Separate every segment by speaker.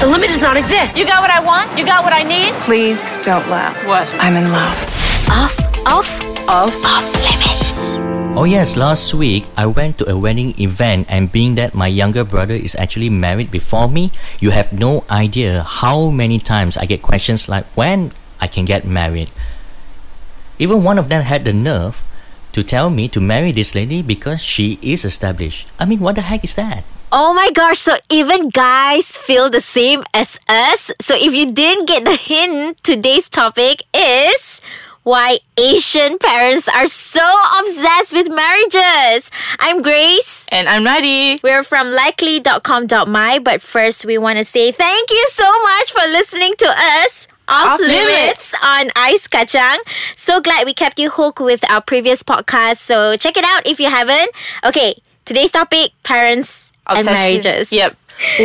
Speaker 1: The limit does not exist.
Speaker 2: You got what I want? You got what I need?
Speaker 3: Please don't laugh.
Speaker 2: What?
Speaker 3: I'm in love.
Speaker 1: Off, off, off, off limits.
Speaker 4: Oh yes, last week I went to a wedding event and being that my younger brother is actually married before me, you have no idea how many times I get questions like when I can get married. Even one of them had the nerve to tell me to marry this lady because she is established. I mean, what the heck is that?
Speaker 5: Oh my gosh, so even guys feel the same as us. So if you didn't get the hint, today's topic is why Asian parents are so obsessed with marriages. I'm Grace.
Speaker 2: And I'm ready.
Speaker 5: We're from likely.com.my, but first we want to say thank you so much for listening to us. Off,
Speaker 2: Off
Speaker 5: limits. on Ice Kacang. So glad we kept you hooked with our previous podcast. So check it out if you haven't. Okay, today's topic parents and marriages.
Speaker 2: Yep.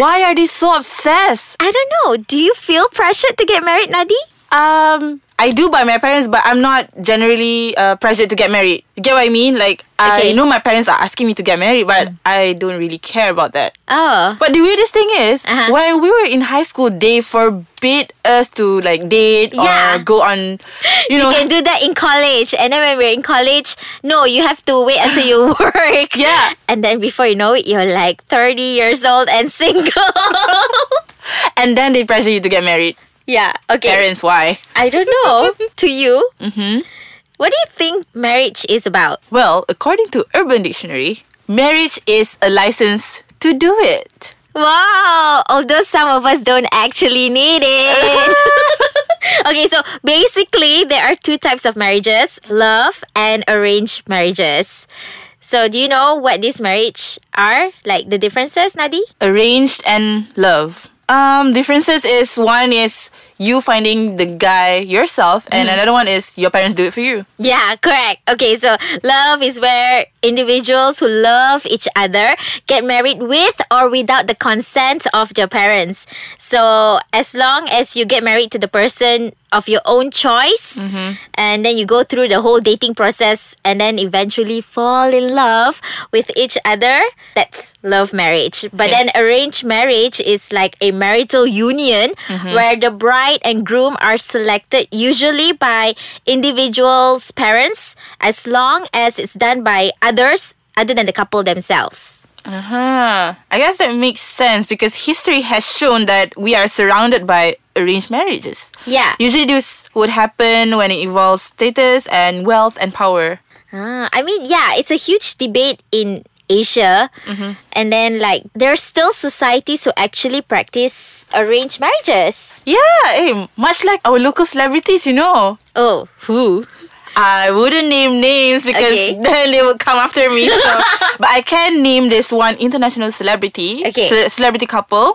Speaker 2: Why are they so obsessed?
Speaker 5: I don't know. Do you feel pressured to get married, Nadi?
Speaker 2: Um, I do by my parents, but I'm not generally uh, pressured to get married. You get what I mean? Like,
Speaker 5: Okay.
Speaker 2: I know my parents are asking me to get married, but I don't really care about that.
Speaker 5: Oh.
Speaker 2: But the weirdest thing is,
Speaker 5: Uh-huh.
Speaker 2: when we were in high school, they forbid us to like date
Speaker 5: Yeah.
Speaker 2: or go on, you know,
Speaker 5: You can do that in college, and then when we're in college, no, you have to wait until you work.
Speaker 2: Yeah.
Speaker 5: and then before you know it, you're like 30 years old and single.
Speaker 2: and then they pressure you to get married.
Speaker 5: yeah, okay.
Speaker 2: Parents, why?
Speaker 5: I don't know. to you, mm-hmm. what do you think marriage is about?
Speaker 2: Well, according to Urban Dictionary, marriage is a license to do it.
Speaker 5: Wow, although some of us don't actually need it. okay, so basically, there are two types of marriages love and arranged marriages. So, do you know what these marriage are? Like the differences, Nadi?
Speaker 2: Arranged and love. Um, differences is one is you finding the guy yourself, and another one is your parents do it for you.
Speaker 5: Yeah, correct. Okay, so love is where individuals who love each other get married with or without the consent of their parents. So, as long as you get married to the person of your own choice, and then you go through the whole dating process and then eventually fall in love with each other, that's love marriage. But then arranged marriage is like a marital union where the bride and groom are selected usually by individuals' parents as long as it's done by others other than the couple themselves.
Speaker 2: Huh. I guess that makes sense because history has shown that we are surrounded by arranged marriages.
Speaker 5: Yeah.
Speaker 2: Usually, this would happen when it involves status and wealth and power.
Speaker 5: Ah, I mean, yeah, it's a huge debate in Asia. And then, like, there are still societies who actually practice arranged marriages.
Speaker 2: Yeah, eh, much like our local celebrities, you know.
Speaker 5: Oh, who?
Speaker 2: I wouldn't name names because
Speaker 5: Okay.
Speaker 2: then they would come after me. So, but I can name this one international celebrity,
Speaker 5: Okay. Mm-hmm.
Speaker 2: ce- celebrity couple,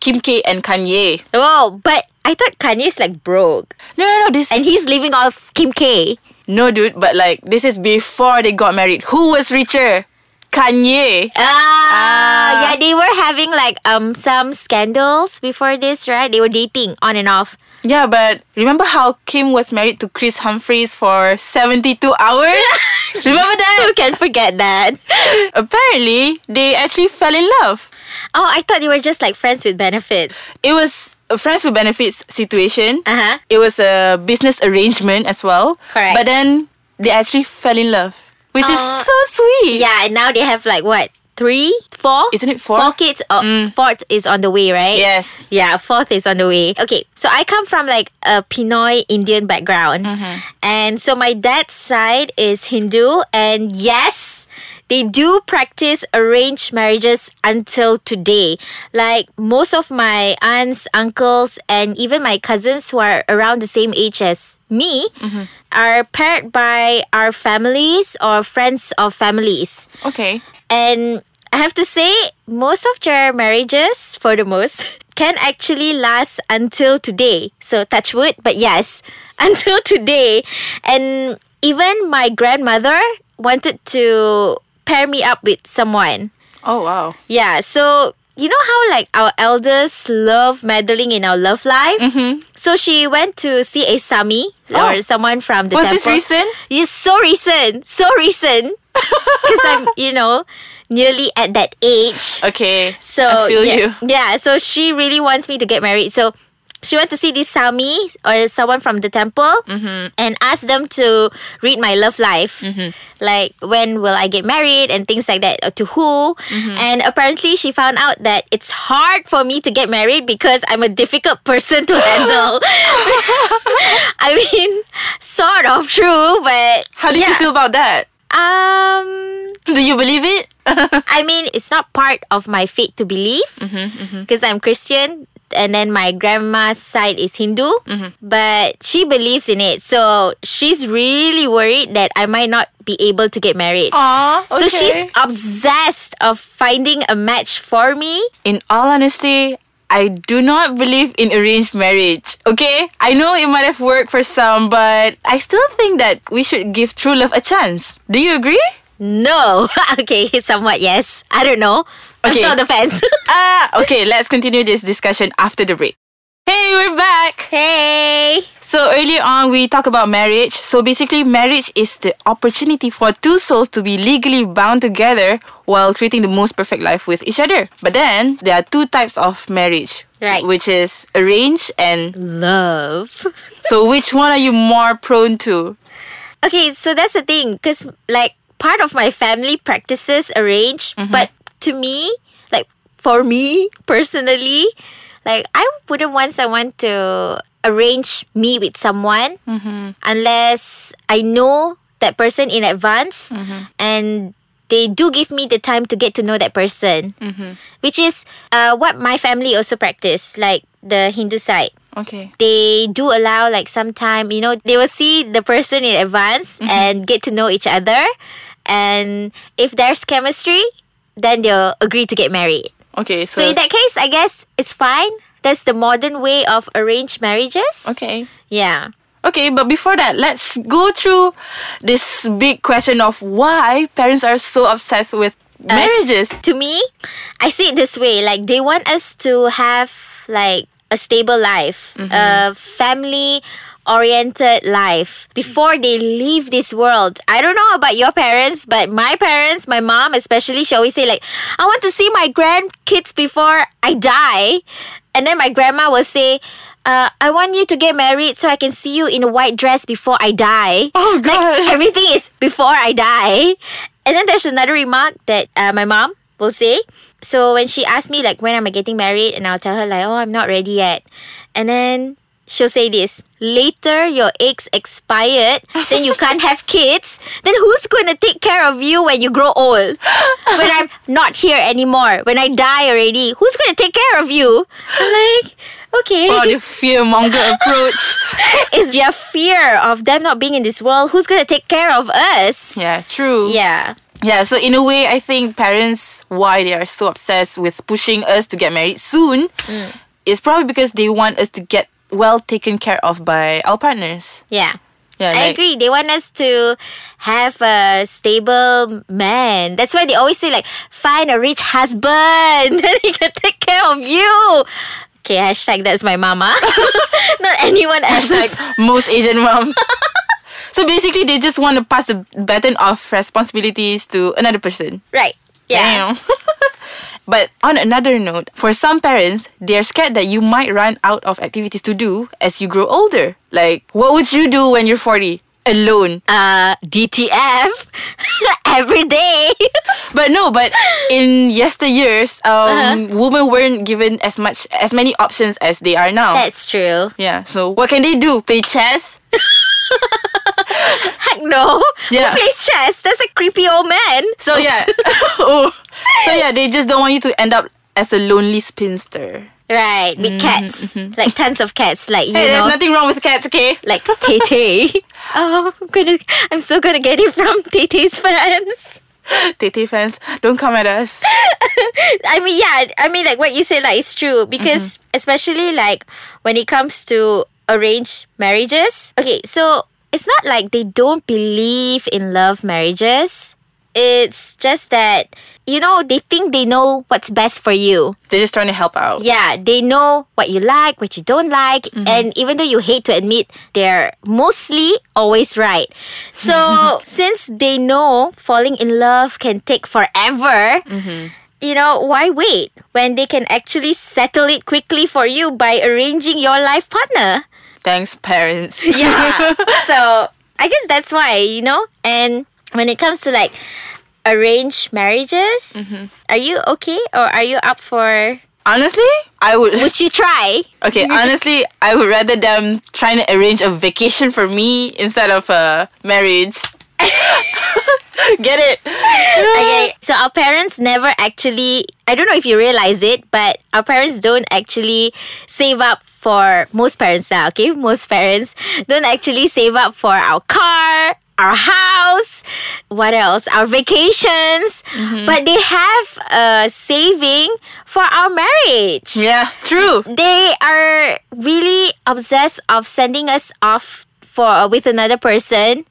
Speaker 2: Kim K and Kanye.
Speaker 5: Wow, but I thought Kanye's like broke.
Speaker 2: No, no, no. This
Speaker 5: And he's living off Kim K.
Speaker 2: no, dude. But like, this is before they got married. Who was richer, Kanye?
Speaker 5: Ah, yeah, they were having like um some scandals before this, right? They were dating on and off.
Speaker 2: Yeah, but remember how Kim was married to Chris Humphries for seventy-two hours? remember that?
Speaker 5: Who can forget that?
Speaker 2: Apparently, they actually fell in love.
Speaker 5: Oh, I thought they were just like friends with benefits.
Speaker 2: It was a friends with benefits situation.
Speaker 5: Uh-huh.
Speaker 2: It was a business arrangement as well.
Speaker 5: Correct.
Speaker 2: But then they actually fell in love, which is
Speaker 5: Aw.
Speaker 2: so sweet.
Speaker 5: Yeah, and now they have like what three, four?
Speaker 2: Isn't it four? Mm.
Speaker 5: Four kids. Oh, fourth is on the way, right?
Speaker 2: Yes.
Speaker 5: Yeah, fourth is on the way. Okay, so I come from like a Pinoy Indian background.
Speaker 2: Mm-hmm.
Speaker 5: And so my dad's side is Hindu. And yes, they do practice arranged marriages until today. Like most of my aunts, uncles, and even my cousins who are around the same age as me
Speaker 2: Mm-hmm.
Speaker 5: are paired by our families or friends of families.
Speaker 2: Okay.
Speaker 5: And I have to say, most of their marriages, for the most, can actually last until today. So touch wood, but yes, until today. And even my grandmother wanted to pair me up with someone.
Speaker 2: Oh wow.
Speaker 5: Yeah, so you know how like our elders love meddling in our love life? Mm-hmm. So she went to see a Sami or
Speaker 2: Oh.
Speaker 5: someone from the
Speaker 2: Was
Speaker 5: temple.
Speaker 2: this recent?
Speaker 5: It's so recent, so recent. because I'm, you know, nearly at that age.
Speaker 2: Okay.
Speaker 5: So
Speaker 2: I feel
Speaker 5: yeah,
Speaker 2: you.
Speaker 5: Yeah, so she really wants me to get married. So she went to see this sami or someone from the temple
Speaker 2: Mm-hmm.
Speaker 5: and asked them to read my love life, like when will I get married and things like that, or to who.
Speaker 2: Mm-hmm.
Speaker 5: And apparently, she found out that it's hard for me to get married because I'm a difficult person to handle. I mean, sort of true, but
Speaker 2: How did you
Speaker 5: yeah.
Speaker 2: feel about that?
Speaker 5: Um,
Speaker 2: Do you believe it?
Speaker 5: I mean, it's not part of my faith to believe because I'm Christian. And then my grandma's side is Hindu, but she believes in it. So she's really worried that I might not be able to get married.
Speaker 2: Oh, Aw,
Speaker 5: So she's obsessed of finding a match for me.
Speaker 2: in all honesty, I do not believe in arranged marriage. Okay? I know it might have worked for some, but I still think that we should give true love a chance. Do you agree?
Speaker 5: No. okay, somewhat yes. I don't know. I'm
Speaker 2: Okay.
Speaker 5: still on the fence.
Speaker 2: Ah, okay, let's continue this discussion after the break. Hey, we're back.
Speaker 5: hey.
Speaker 2: So earlier on we talked about marriage. So basically marriage is the opportunity for two souls to be legally bound together while creating the most perfect life with each other. But then there are two types of marriage.
Speaker 5: Right.
Speaker 2: Which is arranged and
Speaker 5: Love.
Speaker 2: so which one are you more prone to?
Speaker 5: Okay, so that's the thing, because like part of my family practices arrange, but to me, like for me personally, like I wouldn't want someone to arrange me with someone unless I know that person in advance and they do give me the time to get to know that person, which is uh, what my family also practice, like the Hindu side
Speaker 2: Okay.
Speaker 5: they do allow like some time you know they will see the person in advance and get to know each other and if there's chemistry then they'll agree to get married
Speaker 2: Okay, so,
Speaker 5: so in that case i guess it's fine that's the modern way of arranged marriages
Speaker 2: Okay.
Speaker 5: yeah
Speaker 2: Okay, but before that, let's go through this big question of why parents are so obsessed with
Speaker 5: us.
Speaker 2: marriages.
Speaker 5: To me, I see it this way: like they want us to have like a stable life,
Speaker 2: Mm-hmm.
Speaker 5: a family-oriented life before they leave this world. I don't know about your parents, but my parents, my mom especially, she always say like, "I want to see my grandkids before I die," and then my grandma will say. Uh, I want you to get married so I can see you in a white dress before I die.
Speaker 2: Oh, God.
Speaker 5: Like everything is before I die. And then there's another remark that uh, my mom will say. So when she asked me like when am I getting married, and I'll tell her like, oh, I'm not ready yet, and then she'll say this later your eggs expired then you can't have kids then who's going to take care of you when you grow old when i'm not here anymore when i die already who's going to take care of you i'm like okay
Speaker 2: Wow, the fear monger approach.
Speaker 5: it's their fear of them not being in this world who's going to take care of us
Speaker 2: Yeah, true.
Speaker 5: yeah
Speaker 2: Yeah, so in a way, I think parents, why they are so obsessed with pushing us to get married soon, is probably because they want us to get well taken care of by our partners.
Speaker 5: yeah
Speaker 2: Yeah,
Speaker 5: I
Speaker 2: like-
Speaker 5: agree. They want us to have a stable man. That's why they always say like, find a rich husband, then he can take care of you. Okay, hashtag that's my mama. Not anyone else.
Speaker 2: Like most Asian mom. so basically, they just want to pass the baton of responsibilities to another person.
Speaker 5: Right. Yeah.
Speaker 2: Damn. but on another note, for some parents, they're scared that you might run out of activities to do as you grow older. Like, what would you do when you're 40? Alone.
Speaker 5: Uh DTF every day.
Speaker 2: But no, but in yesteryears, um, women weren't given as much as many options as they are now.
Speaker 5: That's true.
Speaker 2: yeah. So what can they do? Play chess?
Speaker 5: Heck no.
Speaker 2: Yeah.
Speaker 5: Who plays chess? That's a creepy old man.
Speaker 2: So yeah. oh. So yeah, they just don't want you to end up as a lonely spinster.
Speaker 5: Right. With cats. Like tons of cats. Like you
Speaker 2: Mm-hmm, Hey,
Speaker 5: know.
Speaker 2: there's nothing wrong with cats, okay?
Speaker 5: like Tay Tay. Oh, I'm gonna, I'm so gonna get it from Tay Tay's fans.
Speaker 2: TT fans, don't come at us.
Speaker 5: I mean, yeah, I mean, like what you said, like it's true because especially like when it comes to arranged marriages. Okay, so it's not like they don't believe in love marriages. It's just that, you know, they think they know what's best for you.
Speaker 2: They're just trying to help out.
Speaker 5: Yeah, they know what you like, what you don't like, and even though you hate to admit, they're mostly always right. So, since they know falling in love can take forever, you know, why wait when they can actually settle it quickly for you by arranging your life partner?
Speaker 2: Thanks, parents.
Speaker 5: Yeah. so I guess that's why, you know? And when it comes to like arranged marriages, are you okay or are you up for
Speaker 2: Honestly, I would.
Speaker 5: would you try?
Speaker 2: Okay, honestly, I would rather them trying to arrange a vacation for me instead of a marriage. Get it?
Speaker 5: Okay. So our parents never actually I don't know if you realize it, but our parents don't actually save up for most parents now, okay? Most parents don't actually save up for our car, our house, what else? Our vacations. But they have a saving for our marriage
Speaker 2: Yeah, true.
Speaker 5: they are really obsessed of sending us off for with another person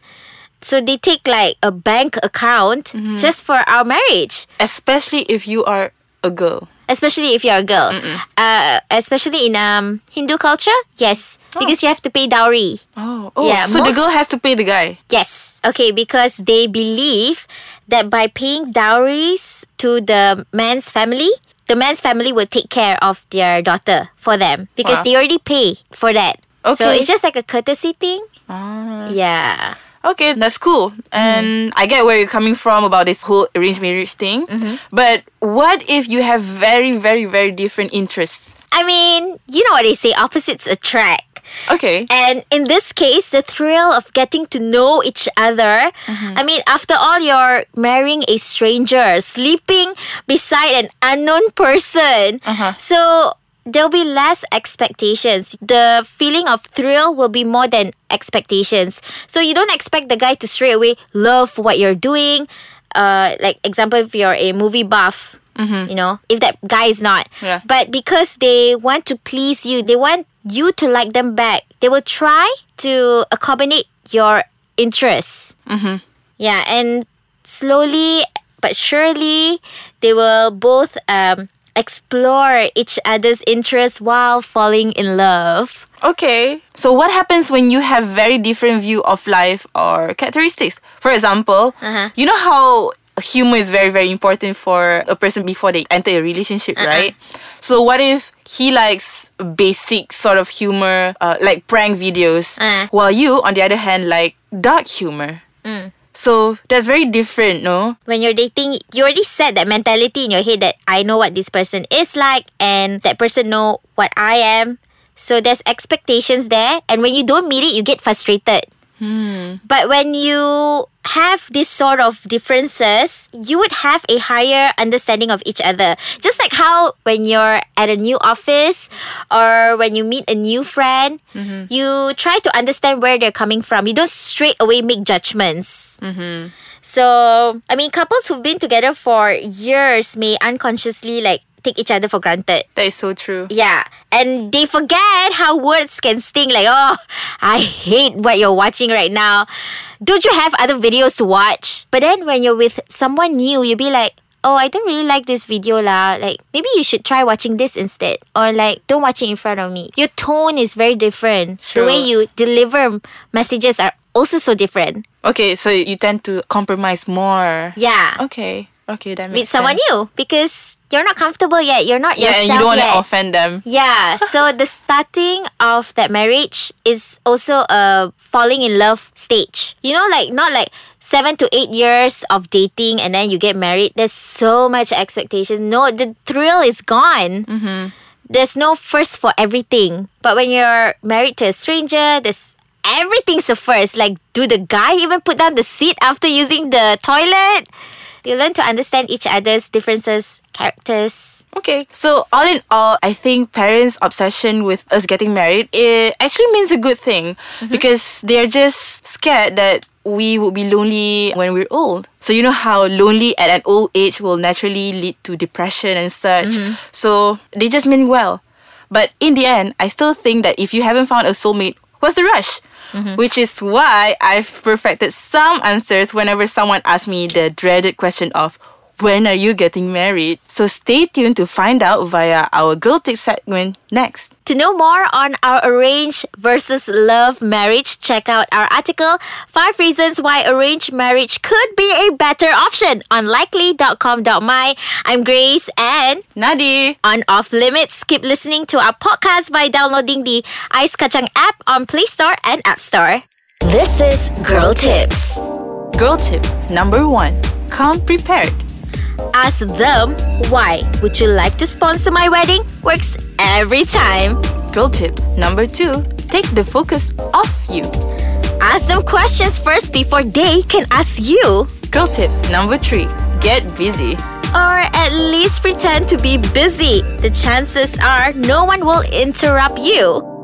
Speaker 5: so they take like a bank account just for our marriage
Speaker 2: Especially if you are a girl.
Speaker 5: especially if you're a girl uh, especially in um, hindu culture yes because you have to pay dowry
Speaker 2: Oh, oh.
Speaker 5: Yeah,
Speaker 2: so the
Speaker 5: most-
Speaker 2: girl has to pay the guy.
Speaker 5: Yes. Okay, because they believe that by paying dowries to the man's family, the man's family will take care of their daughter for them because
Speaker 2: Wow.
Speaker 5: they already pay for that. So
Speaker 2: Okay. Ah.
Speaker 5: it's just like a courtesy thing. Yeah.
Speaker 2: Okay, that's cool. And
Speaker 5: Mm-hmm.
Speaker 2: I get where you're coming from about this whole arranged marriage thing. But what if you have very, very, very different interests?
Speaker 5: I mean, you know what they say opposites attract.
Speaker 2: Okay.
Speaker 5: And in this case, the thrill of getting to know each other. I mean, after all, you're marrying a stranger, sleeping beside an unknown person. So there'll be less expectations. The feeling of thrill will be more than expectations. So you don't expect the guy to straight away love what you're doing. Uh, like example, if you're a movie buff. You know, if that guy is not,
Speaker 2: Yeah.
Speaker 5: but because they want to please you, they want you to like them back. They will try to accommodate your interests. Mm-hmm. Yeah, and slowly but surely, they will both um, explore each other's interests while falling in love.
Speaker 2: Okay. So what happens when you have very different view of life or characteristics? For example,
Speaker 5: Uh-huh.
Speaker 2: you know how humor is very very important for a person before they enter a relationship,
Speaker 5: Uh-uh.
Speaker 2: right? So what if he likes basic sort of humor, uh, like prank videos,
Speaker 5: Uh.
Speaker 2: while you, on the other hand, like dark humor.
Speaker 5: Mm.
Speaker 2: So that's very different, no?
Speaker 5: When you're dating, you already set that mentality in your head that I know what this person is like and that person know what I am. So there's expectations there and when you don't meet it, you get frustrated. But when you have this sort of differences, you would have a higher understanding of each other. Just like how when you're at a new office or when you meet a new friend, you try to understand where they're coming from. You don't straight away make judgments. So, I mean, couples who've been together for years may unconsciously like take each other for granted.
Speaker 2: That is so true.
Speaker 5: Yeah, and they forget how words can sting. Like, oh, I hate what you're watching right now. Don't you have other videos to watch? But then when you're with someone new, you'll be like, oh, I don't really like this video lah. Like, maybe you should try watching this instead, or like, don't watch it in front of me. Your tone is very different. The way you
Speaker 2: Sure.
Speaker 5: deliver messages are also so different.
Speaker 2: Okay, so you tend to compromise more.
Speaker 5: Yeah,
Speaker 2: Okay. Okay, that
Speaker 5: with
Speaker 2: makes
Speaker 5: someone
Speaker 2: sense.
Speaker 5: new because you're not comfortable yet. You're not
Speaker 2: Yeah,
Speaker 5: yourself
Speaker 2: and you don't want
Speaker 5: yet.
Speaker 2: to offend them.
Speaker 5: Yeah, so the starting of that marriage is also a falling in love stage. You know, like not like seven to eight years of dating and then you get married. There's so much expectation. No, the thrill is gone. Mm-hmm. There's no first for everything. But when you're married to a stranger, there's everything's a first. Like, do the guy even put down the seat after using the toilet? You learn to understand each other's differences, characters.
Speaker 2: Okay, so all in all, I think parents' obsession with us getting married it actually means a good thing because they're just scared that we would be lonely when we're old. So you know how lonely at an old age will naturally lead to depression and such. So they just mean well. But in the end, I still think that if you haven't found a soulmate, what's the rush? which is why I've perfected some answers whenever someone asks me the dreaded question of when are you getting married? So stay tuned to find out via our girl tip segment next.
Speaker 5: To know more on our arranged versus love marriage, check out our article, Five Reasons Why Arranged Marriage Could Be a Better Option on likely.com.my. I'm Grace and
Speaker 2: Nadi.
Speaker 5: on Off Limits. Keep listening to our podcast by downloading the Ice Kacang app on Play Store and App Store.
Speaker 1: This is Girl Tips.
Speaker 2: Girl tip number one come prepared.
Speaker 5: Ask them why would you like to sponsor my wedding? Works every time.
Speaker 2: Girl tip number two take the focus off you.
Speaker 5: Ask them questions first before they can ask you.
Speaker 2: Girl tip number three get busy.
Speaker 5: or at least pretend to be busy. The chances are no one will interrupt you.